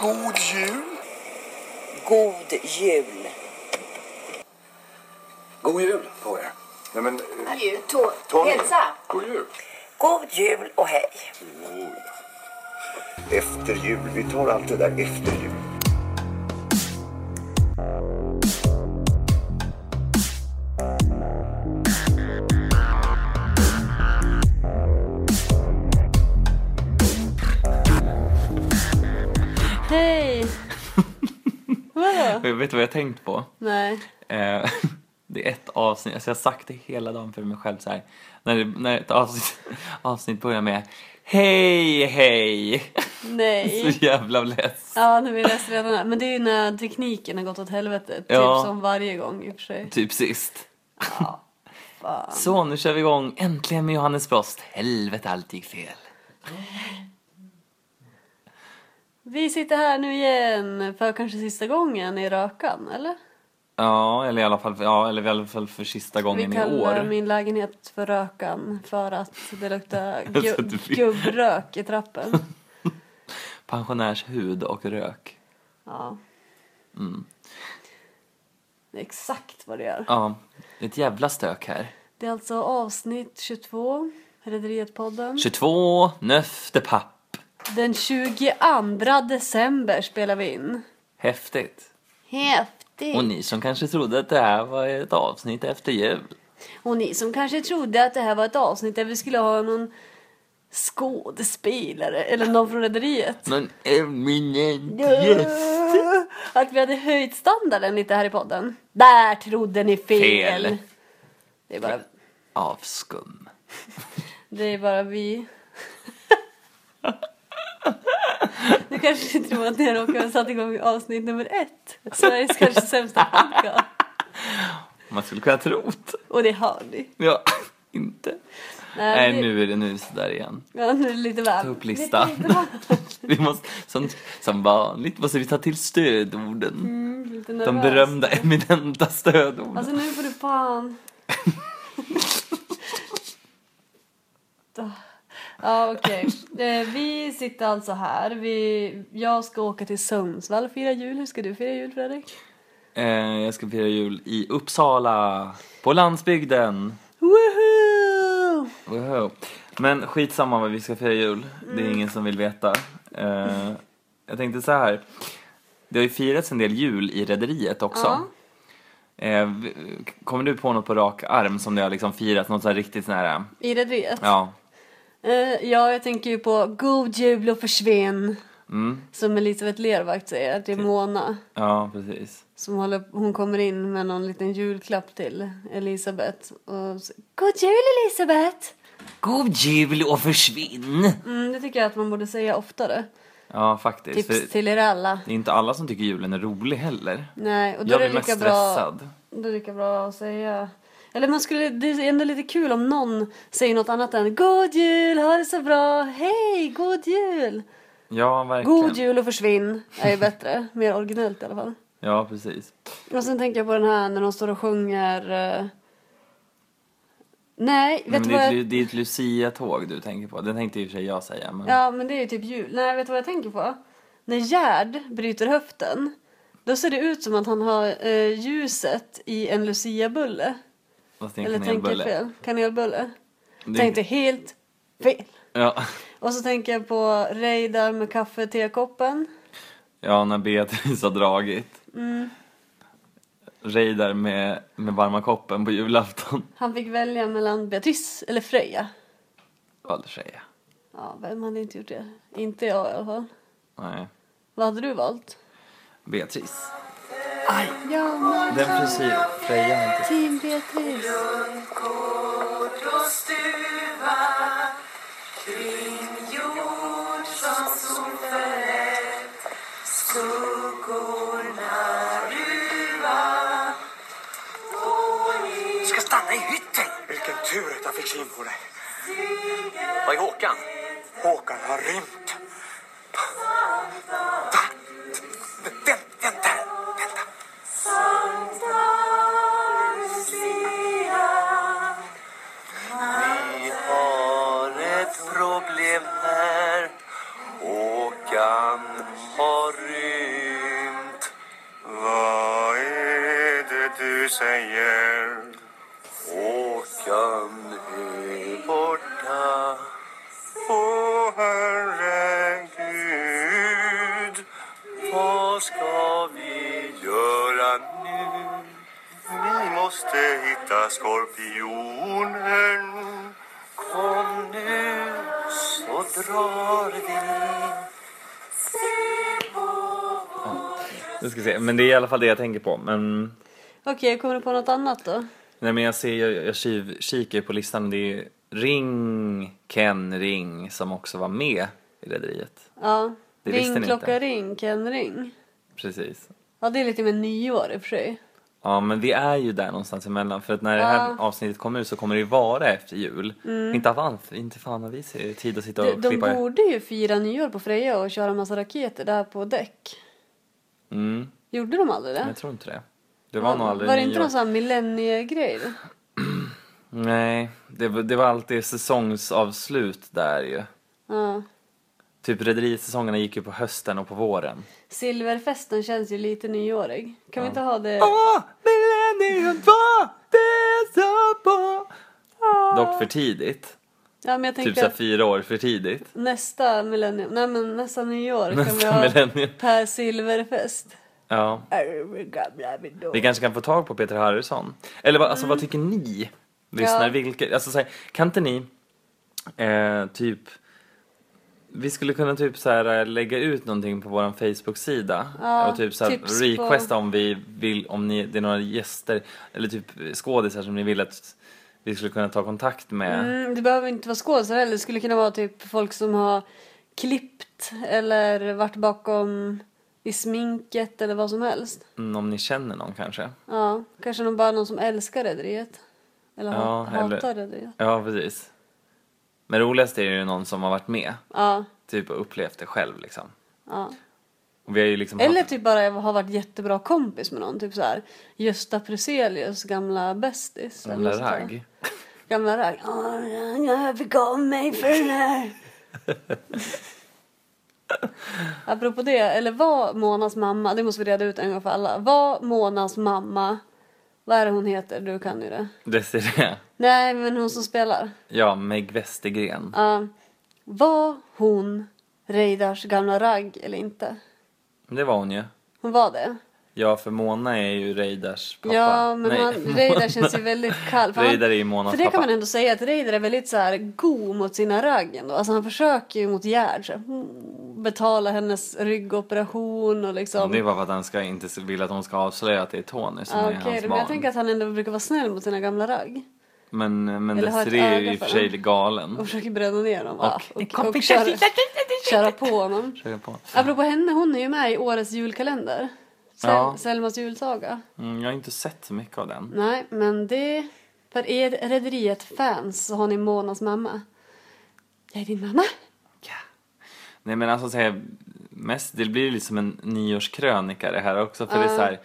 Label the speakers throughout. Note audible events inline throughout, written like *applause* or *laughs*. Speaker 1: God jul!
Speaker 2: God jul.
Speaker 1: God jul på er! Nej, men, eh,
Speaker 3: Ju, to,
Speaker 1: Tony.
Speaker 3: Hälsa.
Speaker 1: God jul!
Speaker 2: God jul och hej.
Speaker 1: Efter jul. Vi tar allt det där efter jul.
Speaker 4: Hej! Vadå?
Speaker 5: Jag vet du vad jag har tänkt på?
Speaker 4: Nej.
Speaker 5: Eh, *laughs* det är ett avsnitt, alltså jag har sagt det hela dagen för mig själv så här. När, det, när ett avsnitt, *laughs* avsnitt börjar med Hej, hej! *laughs* Så
Speaker 4: Nej.
Speaker 5: jävla less.
Speaker 4: Ja, nu är vi läst redan här. Men det är ju när tekniken har gått åt helvete.
Speaker 5: Ja.
Speaker 4: Typ som varje gång i och för sig.
Speaker 5: Typ sist.
Speaker 4: Fan.
Speaker 5: Så, nu kör vi igång. Äntligen med Johannes Brost. Helvete, allt gick fel.
Speaker 4: Vi sitter här nu igen för kanske sista gången i rökan, eller?
Speaker 5: Ja, eller i alla fall, ja, eller i alla fall för sista gången
Speaker 4: vi
Speaker 5: i
Speaker 4: kallar
Speaker 5: år.
Speaker 4: min lägenhet för rökan för att det luktar gu-
Speaker 5: *laughs* Alltså, du-
Speaker 4: gubbrök i
Speaker 5: *laughs*
Speaker 4: trappen.
Speaker 5: Pensionärshud och rök.
Speaker 4: Ja. Det är exakt vad det gör.
Speaker 5: Mm. Ja, det är ett jävla stök här.
Speaker 4: Det är alltså avsnitt 22, Rederiet-podden.
Speaker 5: 22 nöftepapp.
Speaker 4: Den 22 december spelar vi in.
Speaker 5: Häftigt.
Speaker 4: Häftigt!
Speaker 5: Och ni som kanske trodde att det här var ett avsnitt efter jul.
Speaker 4: som kanske trodde att det här var ett avsnitt där vi skulle ha någon skådespelare eller någon från Rederiet.
Speaker 5: Någon eminent gäst.
Speaker 4: Att vi hade höjt standarden lite här i podden. Där trodde ni fel!
Speaker 5: Fel.
Speaker 4: Det, är bara,
Speaker 5: Avskum.
Speaker 4: det är bara vi. Nu kanske ni tror att ni råkar ha satt igång avsnitt nummer ett. Sveriges kanske sämsta podcast.
Speaker 5: Man skulle kunna tro det.
Speaker 4: Och det har ni.
Speaker 5: Ja, inte.
Speaker 4: Nej,
Speaker 5: Nej,
Speaker 4: det-
Speaker 5: nu är det nu är det sådär igen.
Speaker 4: Ja, nu är det lite väl.
Speaker 5: Ta upp listan.
Speaker 4: Lite bra.
Speaker 5: *laughs* Vi måste, som, som vanligt måste vi ta till stödorden.
Speaker 4: Lite
Speaker 5: De
Speaker 4: nervös.
Speaker 5: berömda eminenta stödorden.
Speaker 4: Mm, Alltså nu får du
Speaker 5: *laughs*
Speaker 4: fan... Då. ja, okej. Eh, vi sitter alltså här. Vi, jag ska åka till Sundsvall och fira jul. Hur ska du fira jul, Fredrik?
Speaker 5: Eh, jag ska fira jul i Uppsala, på landsbygden.
Speaker 4: Woohoo!
Speaker 5: Wow. Men skitsamma vad vi ska fira jul. Det
Speaker 4: Mm.
Speaker 5: är ingen som vill veta. Eh, jag tänkte så här. Det har ju firats en del jul i Rederiet också. Eh, v- kommer du på något på rak arm som det har liksom firats? Något så här riktigt sån här... eh,
Speaker 4: I Rederiet?
Speaker 5: Ja.
Speaker 4: Eh, ja, jag tänker ju på God Jul och Försvinn.
Speaker 5: Mm.
Speaker 4: Som Elisabeth Lervakt säger till Mona.
Speaker 5: Ja, precis.
Speaker 4: Som håller, hon kommer in med någon liten julklapp till Elisabeth. Och så, God jul Elisabeth!
Speaker 5: God jul och försvinn!
Speaker 4: Mm, det tycker jag att man borde säga oftare.
Speaker 5: Ja, faktiskt.
Speaker 4: Tips
Speaker 5: För
Speaker 4: till er alla.
Speaker 5: det är inte alla som tycker julen är rolig heller.
Speaker 4: Nej, och då
Speaker 5: Jag
Speaker 4: är det
Speaker 5: blir
Speaker 4: lika
Speaker 5: mest
Speaker 4: bra,
Speaker 5: stressad.
Speaker 4: då är det lika bra att säga... Eller man skulle, det är ändå lite kul om någon säger något annat än God jul, ha det så bra, hej, god jul!
Speaker 5: Ja, verkligen.
Speaker 4: God jul och försvinn är ju bättre, mer originellt i alla fall.
Speaker 5: Ja, precis.
Speaker 4: Och sen tänker jag på den här när de står och sjunger... eh, Nej, vet
Speaker 5: Men
Speaker 4: du
Speaker 5: det,
Speaker 4: vad
Speaker 5: är
Speaker 4: jag...
Speaker 5: ett, lu- det är ett Lucia-tåg du tänker på. Den tänkte i och för sig jag säga. Men...
Speaker 4: Ja, men det är ju typ jul. Nej, vet du vad jag tänker på? När Gerd bryter höften, då ser det ut som att han har eh, ljuset i en luciabulle.
Speaker 5: Fast det är en
Speaker 4: Eller tänker jag
Speaker 5: kanelbulle.
Speaker 4: fel? Kanelbulle.
Speaker 5: Det är-
Speaker 4: Tänkte helt fel.
Speaker 5: Ja. *laughs*
Speaker 4: Och så tänker jag på Reidar med kaffe och tekoppen.
Speaker 5: ja, när Beatrice har dragit. Mm. Reidar med, med varma koppen på julafton.
Speaker 4: Han fick välja mellan Beatrice eller Freja.
Speaker 5: Valde tjeja.
Speaker 4: Ja, vem hade inte gjort det? Inte jag i alla fall.
Speaker 5: Nej.
Speaker 4: Vad hade du valt?
Speaker 5: Beatrice.
Speaker 4: Ja, men
Speaker 5: Den frisyr. Freja har inte...
Speaker 4: team Beatrice.
Speaker 1: Du ska stanna i hytten! Vilken tur att jag fick syn på dig.
Speaker 6: Vad är Håkan?
Speaker 1: Håkan har rymt. Va? Vänta, vänta, vänta.
Speaker 6: Vi har ett problem här. Håkan
Speaker 1: Frågan har rymt. Vad är det du säger? Håkan är borta. Åh, herregud. Vad ska vi göra nu? Vi måste hitta skorpionen. Kom nu, så drar vi.
Speaker 5: Nu ska vi se. Men det är i alla fall det jag tänker på. Men,
Speaker 4: Okej, kommer du på något annat då?
Speaker 5: nej, men jag ser, jag, jag kiv, kikar på listan. Det är Ring Ken Ring som också var med i Rederiet.
Speaker 4: Ja.
Speaker 5: Det visste ni
Speaker 4: ring,
Speaker 5: inte.
Speaker 4: klocka, ring, Ken ring.
Speaker 5: Precis.
Speaker 4: Ja, det är lite mer nyår i och för sig.
Speaker 5: Ja, men vi är ju där någonstans emellan. För att när det här
Speaker 4: Ja. Mm.
Speaker 5: avsnittet kommer ut så kommer det ju vara efter jul. Inte, fan, inte fan har vi se- tid att sitta och
Speaker 4: De, de
Speaker 5: klippa.
Speaker 4: borde ju fira nyår på Freja och köra massa raketer där på däck.
Speaker 5: Mm,
Speaker 4: Gjorde de aldrig det?
Speaker 5: men jag tror inte det. Det var nog aldrig
Speaker 4: Var det
Speaker 5: nyår.
Speaker 4: inte någon sån här millenniegrej? då?
Speaker 5: Nej, det, var- det var alltid säsongsavslut där ju.
Speaker 4: Ja.
Speaker 5: Typ rederisäsongerna gick ju på hösten och på våren.
Speaker 4: Silverfesten känns ju lite nyårig. Kan vi inte ha det?
Speaker 5: Åh, millennium var det så på! Dock för tidigt.
Speaker 4: Ja, men jag
Speaker 5: Typ
Speaker 4: tänker
Speaker 5: såhär
Speaker 4: Ah. att
Speaker 5: fyra år för tidigt.
Speaker 4: nästa millennium, nej men nästa nyår kan vi
Speaker 5: Nästa
Speaker 4: ha
Speaker 5: millennium.
Speaker 4: Per Silverfest.
Speaker 5: Ja.
Speaker 2: Är vi gamla vi då?
Speaker 5: Vi kanske kan få tag på Peter Harrison. Eller vad, alltså, vad tycker ni? Lyssnar,
Speaker 4: Mm. Ja.
Speaker 5: vilka, alltså, så här, kan inte ni eh, typ vi skulle kunna typ så här, eh, lägga ut någonting på vår Facebook-sida
Speaker 4: Ja,
Speaker 5: och typ så här,
Speaker 4: tips
Speaker 5: requesta
Speaker 4: på-
Speaker 5: om vi vill, om ni, det är några gäster eller typ skådisar som ni vill att vi skulle kunna ta kontakt med.
Speaker 4: Mm, det behöver inte vara skådespelare heller. Det skulle kunna vara typ folk som har klippt eller varit bakom i sminket eller vad som helst.
Speaker 5: Mm, om ni känner någon kanske.
Speaker 4: Ja, kanske någon, bara någon som älskar Rederiet. Eller
Speaker 5: Ja,
Speaker 4: ja, hatar
Speaker 5: eller-
Speaker 4: Rederiet.
Speaker 5: Ja, precis. Men roligast är ju någon som har varit med,
Speaker 4: Ja,
Speaker 5: typ och upplevt det själv liksom.
Speaker 4: ja.
Speaker 5: Och vi har ju liksom
Speaker 4: Eller
Speaker 5: haft-
Speaker 4: typ bara har varit jättebra kompis med någon. Typ så här Gösta Pruselius gamla bästis. eller
Speaker 5: Gamla
Speaker 4: något sånt där.
Speaker 5: ragg.
Speaker 4: Gamla ragg. Åh, Jag begav mig för den
Speaker 5: *laughs*
Speaker 4: här. Apropå det, eller var Monas mamma, det måste vi reda ut en gång för alla. Var Monas mamma, vad är det hon heter? Du kan ju det.
Speaker 5: Desirée.
Speaker 4: Nej, men hon som spelar.
Speaker 5: Ja, Meg Westergren.
Speaker 4: Ja. var hon Reidars gamla ragg eller inte?
Speaker 5: Det var hon ju.
Speaker 4: Hon var det.
Speaker 5: Ja, för Mona är ju Reidars pappa.
Speaker 4: Ja, men
Speaker 5: Nej,
Speaker 4: han, Reidar
Speaker 5: *laughs*
Speaker 4: känns ju väldigt kall. För
Speaker 5: Reidar är ju
Speaker 4: han,
Speaker 5: Monas
Speaker 4: För det
Speaker 5: pappa.
Speaker 4: kan man ändå säga att Reidar är väldigt så här god mot sina ragg ändå. Alltså han försöker ju mot Gerd. så här, mm, Betala hennes ryggoperation och liksom.
Speaker 5: Det var för att han ska inte vill att hon ska avslöja att det är Tony som
Speaker 4: Ja, Ah,
Speaker 5: är
Speaker 4: Okej,
Speaker 5: hans
Speaker 4: men
Speaker 5: barn.
Speaker 4: jag tänker att han ändå brukar vara snäll mot sina gamla ragg.
Speaker 5: Men, men
Speaker 4: Eller har ett
Speaker 5: Desirée är ju
Speaker 4: öga
Speaker 5: i och för
Speaker 4: för
Speaker 5: sig
Speaker 4: honom.
Speaker 5: galen.
Speaker 4: Och försöker bränna ner dem. Ja,
Speaker 5: Och-
Speaker 4: och, och, köra, köra på honom.
Speaker 5: Försöker på.
Speaker 4: Apropå henne, hon är ju med i årets julkalender. Sel-
Speaker 5: Ja.
Speaker 4: Selmas julsaga.
Speaker 5: Mm, jag har inte sett så mycket av den.
Speaker 4: Nej, men det... För er Rederiet-fans så har ni Monas mamma. Jag är din mamma.
Speaker 5: Nej men alltså så här, mest, det blir lite som en nyårskrönika det här också för
Speaker 4: Ah.
Speaker 5: det är så här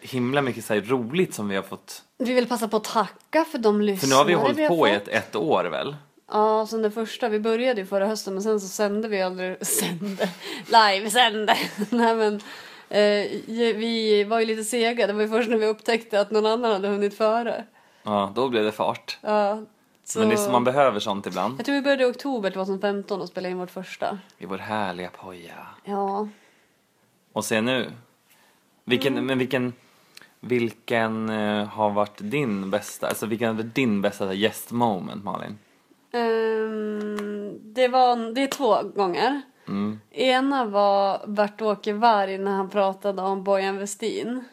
Speaker 5: himla mycket så här roligt som vi har fått.
Speaker 4: Vi vill passa på att tacka för de lyssnare
Speaker 5: För nu har vi hållit på i
Speaker 4: fått.
Speaker 5: ett, ett år väl?
Speaker 4: Ja, sen den första. Vi började ju förra hösten men sen så sände vi aldrig... *laughs* Sände? Live-sände! *laughs* Nej men... Eh, ju- vi var ju lite sega. Det var ju först när vi upptäckte att någon annan hade hunnit före.
Speaker 5: Ja, då blev det fart.
Speaker 4: Ja, så...
Speaker 5: Men det är som man behöver sånt ibland.
Speaker 4: Jag tror vi började i oktober 2015 och spelade in vårt första.
Speaker 5: I vår härliga poja.
Speaker 4: Ja.
Speaker 5: Och se nu. Vilken,
Speaker 4: Mm.
Speaker 5: men vilken, vilken eh, har varit din bästa, alltså vilken har varit din bästa så här gästmoment Malin?
Speaker 4: Ehm, det, var, det är två gånger.
Speaker 5: Mm.
Speaker 4: Ena var Bert-Åke Varg när han pratade om Bojan Westin.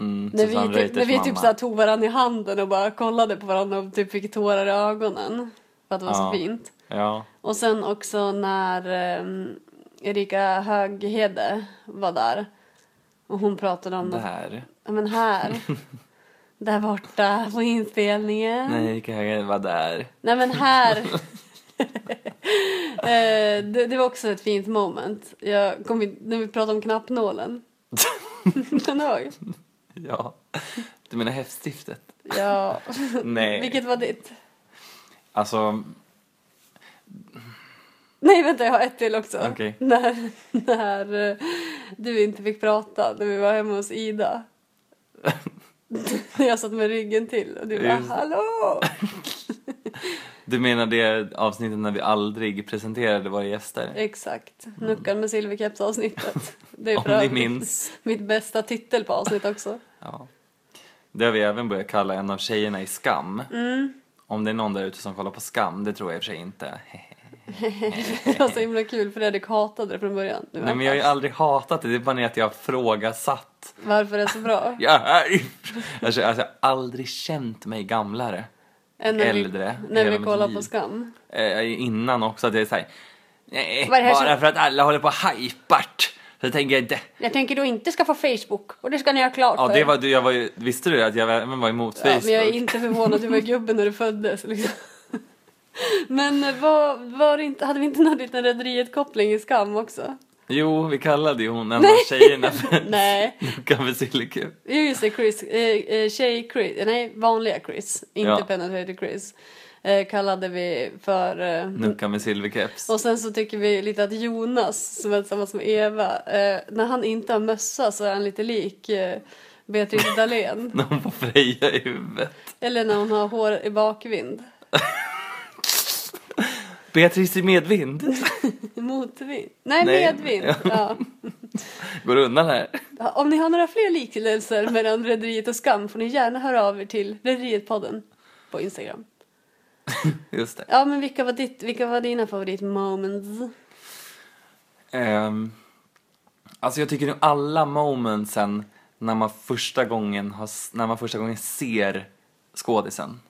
Speaker 5: Mm,
Speaker 4: När vi,
Speaker 5: Susanne
Speaker 4: typ- när
Speaker 5: Reuters
Speaker 4: vi typ
Speaker 5: mamma.
Speaker 4: så här tog varandra i handen och bara kollade på varandra och typ fick tårar i ögonen. För att det var
Speaker 5: Ja.
Speaker 4: så fint.
Speaker 5: Ja,
Speaker 4: Och sen också när ehm, Erika Höghede var där. Och hon pratade om att,
Speaker 5: där.
Speaker 4: ja men här.
Speaker 5: *laughs*
Speaker 4: där borta på inspelningen.
Speaker 5: Nej, Erika Högen var där. *laughs*
Speaker 4: Nej men här. *laughs* Eh, det, det var också ett fint moment. Jag kom in, när vi pratade om knappnålen. *laughs* Kommer du ihåg?
Speaker 5: Ja. Du menar häftstiftet?
Speaker 4: Ja.
Speaker 5: Nej.
Speaker 4: Vilket var ditt?
Speaker 5: Alltså,
Speaker 4: Nej vänta, jag har ett till också.
Speaker 5: Okej.
Speaker 4: När, när eh, du inte fick prata när vi var hemma hos
Speaker 5: *laughs*
Speaker 4: Ida. *laughs* jag satt med ryggen till och du bara
Speaker 5: Just det.
Speaker 4: hallå!
Speaker 5: Du menar det avsnittet när vi aldrig presenterade våra gäster?
Speaker 4: Exakt, Nuckan med silverkeps avsnittet. Det
Speaker 5: Om
Speaker 4: för
Speaker 5: ni
Speaker 4: övrigt
Speaker 5: minns.
Speaker 4: mitt bästa titel på avsnitt också.
Speaker 5: Ja. Det har vi även börjat kalla en av tjejerna i Skam.
Speaker 4: Mm.
Speaker 5: Om det är någon där ute som kollar på Skam, det tror jag i och för sig inte.
Speaker 4: Det var så himla kul Fredrik hatade det från början. Nu är
Speaker 5: Nej
Speaker 4: han
Speaker 5: men jag har ju
Speaker 4: fast.
Speaker 5: aldrig hatat det, det är bara det att jag har frågasatt.
Speaker 4: Varför det är så bra?
Speaker 5: Jag har alltså, alltså, jag har aldrig känt mig gamlare.
Speaker 4: Än när
Speaker 5: Äldre,
Speaker 4: Vi, när
Speaker 5: hela
Speaker 4: vi
Speaker 5: mitt
Speaker 4: kollar
Speaker 5: liv.
Speaker 4: på Skam.
Speaker 5: eh, innan också att det är såhär, nej,
Speaker 4: Vad är det här
Speaker 5: bara
Speaker 4: som-
Speaker 5: för att alla håller på och hajpart. Så tänker jag inte,
Speaker 4: Jag tänker då inte skaffa Facebook och det ska ni ha klart
Speaker 5: ja
Speaker 4: för
Speaker 5: det
Speaker 4: er.
Speaker 5: var, du- jag var ju, visste du att jag även var emot
Speaker 4: Ja,
Speaker 5: Facebook?
Speaker 4: men jag är inte förvånad, du var gubbe när du föddes. Liksom. *laughs* Men eh, var, var det inte, hade vi inte någon liten Rederiet-koppling i Skam
Speaker 5: *laughs*
Speaker 4: också?
Speaker 5: Jo, vi kallade ju hon en av tjejerna för
Speaker 4: *laughs* Nej,
Speaker 5: Nuckan med sillekup.
Speaker 4: Jo, just det, Chris, eh, eh, tjej Chris, eh, nej vanliga Chris, inte
Speaker 5: Ja.
Speaker 4: penetrated Chris, eh, kallade vi för... Eh,
Speaker 5: Nuckan med silverkeps.
Speaker 4: och sen så tycker vi lite att Jonas, som är tillsammans med Eva, eh, när han inte har mössa så är han lite lik eh, Beatrice
Speaker 5: *laughs*
Speaker 4: Dahlén.
Speaker 5: När hon får Freja i huvudet.
Speaker 4: Eller när hon har hår i bakvind,
Speaker 5: Beatrice i medvind.
Speaker 4: motvind, nej,
Speaker 5: Nej,
Speaker 4: medvind. Ja.
Speaker 5: Går undan här.
Speaker 4: Om ni har några fler liknelser mellan Rederiet och Skam får ni gärna höra av er till Rederiet-podden på Instagram.
Speaker 5: Just det.
Speaker 4: Ja, men vilka var, ditt, vilka var dina favoritmoments?
Speaker 5: Ehm, alltså jag tycker nu alla momentsen när man första gången, har, s- när man första gången ser skådisen.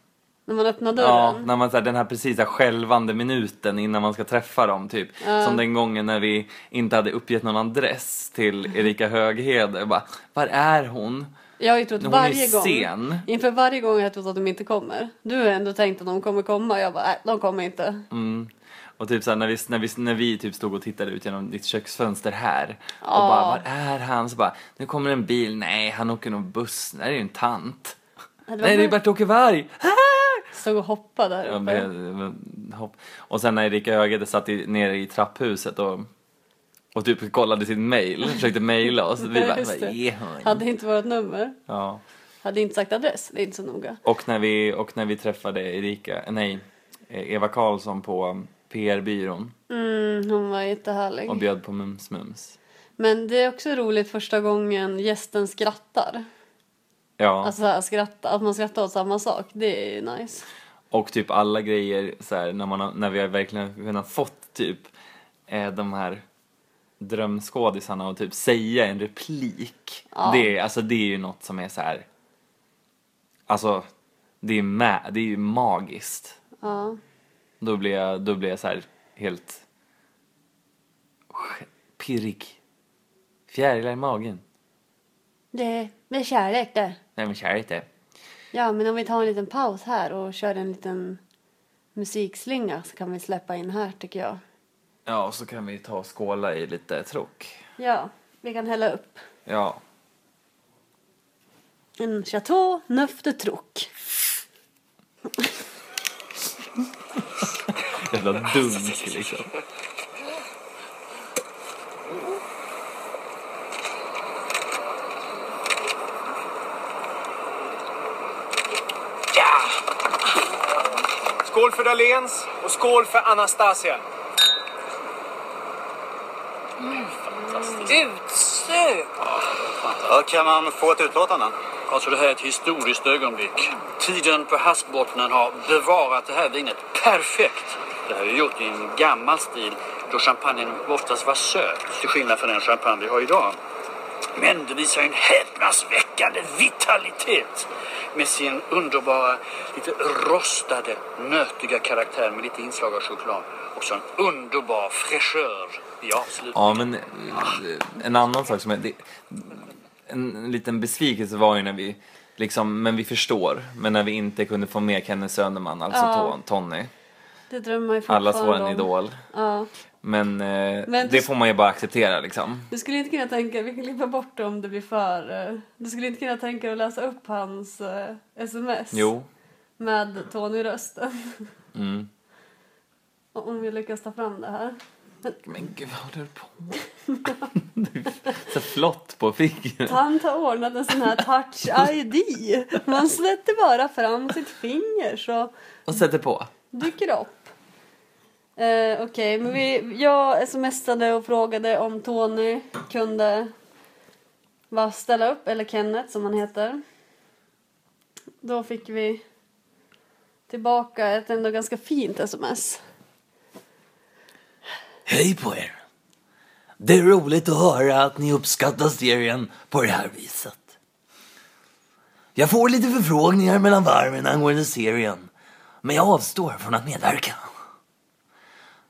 Speaker 4: När man öppnar
Speaker 5: Ja,
Speaker 4: dörren?
Speaker 5: när man såhär, den här precis här skälvande minuten innan man ska träffa dem typ. Som den gången när vi inte hade uppgett någon adress till Erika Höghed. Jag bara, var är hon?
Speaker 4: Jag har ju trott
Speaker 5: Hon är
Speaker 4: varje gång.
Speaker 5: sen.
Speaker 4: Inför varje gång har jag trott att de inte kommer. Du har ändå tänkt att de kommer komma. Jag bara, nej, de kommer inte.
Speaker 5: Mm. Och typ såhär, när vi, när vi, när vi typ stod och tittade ut genom ditt köksfönster här. Och bara, var är han? Så bara, nu kommer en bil. Nej, han åker nog buss. Nej, det är ju en tant.
Speaker 4: Det var
Speaker 5: Nej, det är
Speaker 4: bara-
Speaker 5: Bert-Åke Varg. *laughs*
Speaker 4: Stod och hoppade där
Speaker 5: Ja,
Speaker 4: uppe.
Speaker 5: men- men- hopp. Och sen när Erika Högede satt i, nere i trapphuset och, och typ kollade
Speaker 4: *laughs*
Speaker 5: sin mail, försökte mejla oss. Vi bara,
Speaker 4: Just
Speaker 5: vad
Speaker 4: det.
Speaker 5: är hon?
Speaker 4: Hade inte vårt nummer.
Speaker 5: Ja.
Speaker 4: Hade inte sagt adress. Det är inte så noga.
Speaker 5: Och, när vi, och när vi träffade Erika, nej, eh, Eva Karlsson på PR-byrån
Speaker 4: Mm, hon var jättehärlig.
Speaker 5: och bjöd på Mums Mums.
Speaker 4: Men det är också roligt första gången gästen skrattar.
Speaker 5: Ja,
Speaker 4: Alltså så här, skratta, att man skrattar åt samma sak. Det är ju nice.
Speaker 5: och typ alla grejer så här, när, man har, när vi har verkligen kunnat fått typ eh, de här drömskådisarna och typ säga en replik. Det, är- alltså, det är ju något som är så här. Alltså, det är, mä- det är ju magiskt.
Speaker 4: Ja.
Speaker 5: Då blir jag, då blir jag så här helt sk- pirrig. Fjärilar i magen.
Speaker 4: Det, det är kärlek det.
Speaker 5: Nej men kär inte.
Speaker 4: Ja, men om vi tar en liten paus här och kör en liten musikslinga så kan vi släppa in här tycker jag.
Speaker 5: Ja, och så kan vi ta och skåla i lite tråk.
Speaker 4: Ja, vi kan hälla upp
Speaker 5: Ja.
Speaker 4: en Chateau Neuf de Troc.
Speaker 5: Jävla dunk liksom.
Speaker 1: Skål för Dahléns och skål för Anastasia.
Speaker 3: Utsökt!
Speaker 7: Ja, kan man få ett utlåtande?
Speaker 3: Alltså det här är ett historiskt ögonblick. Tiden på havsbottnen har bevarat det här vinet perfekt. Det här är gjort i en gammal stil då champagnen oftast var söt till skillnad från den champagne vi har idag. Men det visar en häpnadsväckande vitalitet med sin underbara, lite rostade, nötiga karaktär med lite inslag av choklad. Och så en underbar fräschör i avslutningen.
Speaker 5: Ja, men eh, en annan sak som är... Det, en, en liten besvikelse var ju när vi, liksom, men vi förstår, men när vi inte kunde få med Kenneth Söderman, alltså
Speaker 4: Ja.
Speaker 5: Ton- Tony,
Speaker 4: Det drömmer jag fortfarande
Speaker 5: allas våran
Speaker 4: om.
Speaker 5: idol.
Speaker 4: Ja.
Speaker 5: Men, eh,
Speaker 4: Men
Speaker 5: det
Speaker 4: du-
Speaker 5: får man ju bara acceptera liksom.
Speaker 4: Du skulle inte kunna tänka, vi kan klippa bort det om det blir för... eh, Du skulle inte kunna tänka dig att läsa upp hans eh, sms
Speaker 5: Jo,
Speaker 4: med Tony-rösten. *laughs* Om vi lyckas ta fram det här.
Speaker 5: Men gud, vad håller du på med? *laughs* Du är Så flott på fingret.
Speaker 4: Tant har ordnat en sån här touch ID. Man släpper bara fram sitt finger så
Speaker 5: Och sätter på.
Speaker 4: dyker det upp. Eh, Okej, men vi, jag smsade och frågade om Tony kunde bara ställa upp, eller Kenneth som han heter. Då fick vi tillbaka ett ändå ganska fint sms.
Speaker 8: Hej på er! Det är roligt att höra att ni uppskattar serien på det här viset. Jag får lite förfrågningar mellan varven angående serien, men jag avstår från att medverka.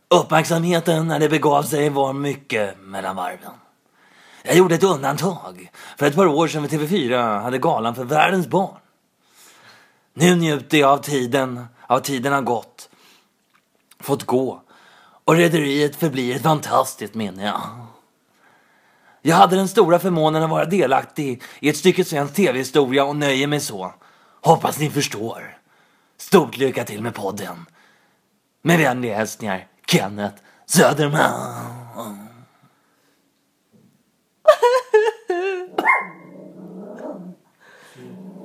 Speaker 8: Uppmärksamheten när det begav sig var mycket mellan varven. Jag gjorde ett undantag för ett par år sedan vid TV4 hade galan för världens barn. Nu njuter jag av tiden, av tiden har gått, fått gå och rederiet förblir ett fantastiskt minne. ja. Jag hade den stora förmånen att vara delaktig i ett stycke svensk tv-historia och nöjer mig så. Hoppas ni förstår. Stort lycka till med podden. Med vänliga hälsningar, Kenneth Söderman.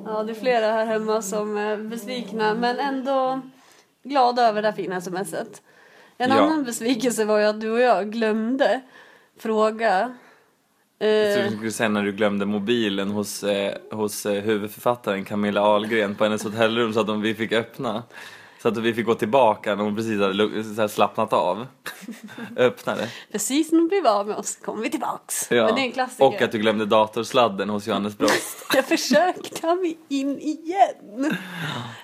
Speaker 4: Ja, det är flera här hemma som är besvikna men ändå glada över det här fina smset. En
Speaker 5: Ja.
Speaker 4: annan besvikelse var ju att du och jag glömde fråga.
Speaker 5: Jag
Speaker 4: Eh,
Speaker 5: trodde du skulle säga när du glömde mobilen hos, eh, hos eh, huvudförfattaren Camilla Ahlgren på hennes hotellrum så att de, vi fick öppna. Så att vi fick gå tillbaka när hon precis hade lu- så här
Speaker 8: *laughs*
Speaker 5: slappnat av. Öppnade.
Speaker 4: precis när vi blev av med oss kom vi tillbaks. Men det är en klassiker.
Speaker 5: Och att du glömde datorsladden hos
Speaker 9: *laughs*
Speaker 5: Johannes Brost.
Speaker 4: *laughs* Jag försökte ha mig in igen.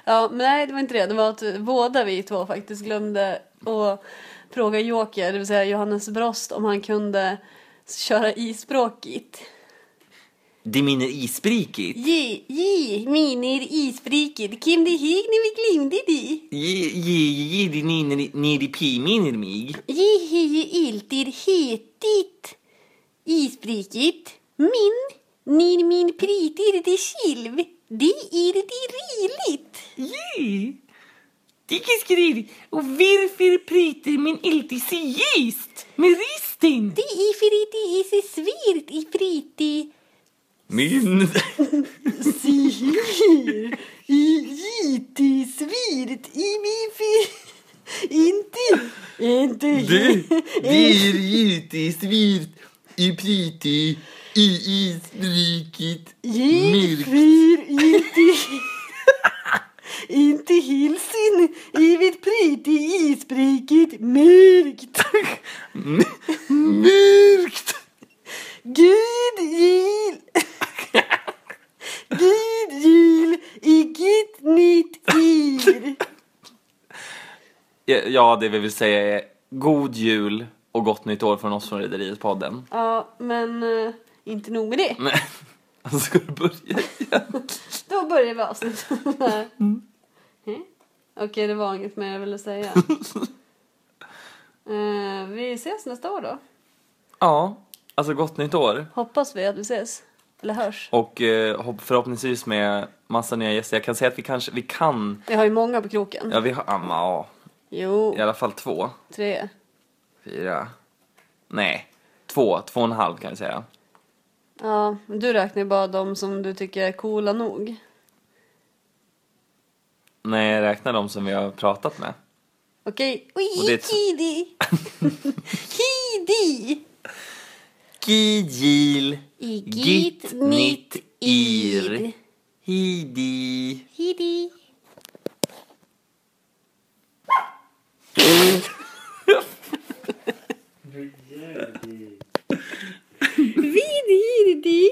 Speaker 4: Ja, men nej, det var inte det. Det var att båda vi två faktiskt glömde att fråga Joker, det vill säga Johannes Brost, om han kunde köra ispråkigt.
Speaker 5: Det minner isbrikigt.
Speaker 4: Ji, ji, miner isbriket. Kim det hig när vi glömde di.
Speaker 5: Ge det nere i piminner mig.
Speaker 4: Ji, hi, iltir, hetit. Isbriket. Min, nir min pritir det silv. Det är det riligt.
Speaker 9: Dicke skriver och varför priter min ilti siist med ristin?
Speaker 4: Det är för det är så svirt i priti.
Speaker 9: *laughs*
Speaker 5: Min. *laughs*
Speaker 4: Svir i jiti svirt i min fir. Inte, inte
Speaker 5: Du. Vir juti svirt i priti i isbrikigt.
Speaker 4: Ge
Speaker 5: Myrkt.
Speaker 4: fyr inte, inte hilsen givet prit i isbriket mörkt.
Speaker 5: Mörkt.
Speaker 4: Gud gil. Gud gil i git nytt ir.
Speaker 5: Ja, Ja, det vi vill säga är god jul och gott nytt år från oss från Rederiet-podden.
Speaker 4: Ja, men eh, inte nog med det.
Speaker 5: Men, *laughs* alltså, ska du börja igen?
Speaker 4: Då börjar vi
Speaker 5: *laughs*
Speaker 4: avsnittet här. Mm. Okej, det var inget mer jag ville säga.
Speaker 5: *laughs*
Speaker 4: Eh, vi ses nästa år då.
Speaker 5: Ja, alltså gott nytt år.
Speaker 4: Hoppas vi att vi ses. Eller hörs.
Speaker 5: Och eh, hopp- förhoppningsvis med massa nya gäster. Jag kan säga att vi kanske, vi kan,
Speaker 4: Vi har ju många på kroken.
Speaker 5: ja vi har, ah, ma, ja,
Speaker 4: Jo,
Speaker 5: i alla fall två,
Speaker 4: tre.
Speaker 5: fyra, nej, två, två och en halv kan vi säga.
Speaker 4: Ja, men du räknar ju bara de som du tycker är coola nog.
Speaker 5: Nej, jag räknar de som vi har pratat med.
Speaker 4: Okej.
Speaker 5: Och
Speaker 4: Oj,
Speaker 5: det är ett- *laughs*
Speaker 4: Kidi! Kidi!
Speaker 5: Gijil,
Speaker 4: I
Speaker 5: git, nitt, ir, hidi.
Speaker 4: Hidi! Vidhirdi!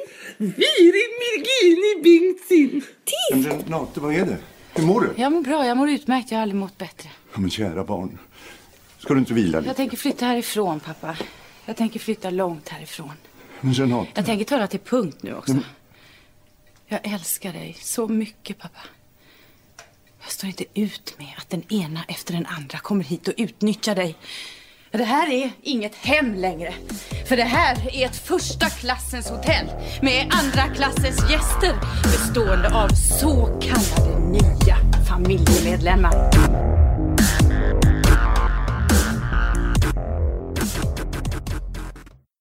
Speaker 10: Men Renate, vad är det? Hur mår du?
Speaker 11: Jag mår bra, jag mår utmärkt. Jag har aldrig mått bättre.
Speaker 10: Ja, men kära barn, ska du inte vila
Speaker 11: Jag
Speaker 10: lite?
Speaker 11: tänker flytta härifrån, pappa. Jag tänker flytta långt härifrån.
Speaker 10: Men Renate,
Speaker 11: Jag tänker ta det till punkt nu också. Jag älskar dig så mycket, pappa. Jag står inte ut med att den ena efter den andra kommer hit och utnyttjar dig. Det här är inget hem längre. För det här är ett första klassens hotell med andra klassens gäster bestående av så kallade nya familjemedlemmar.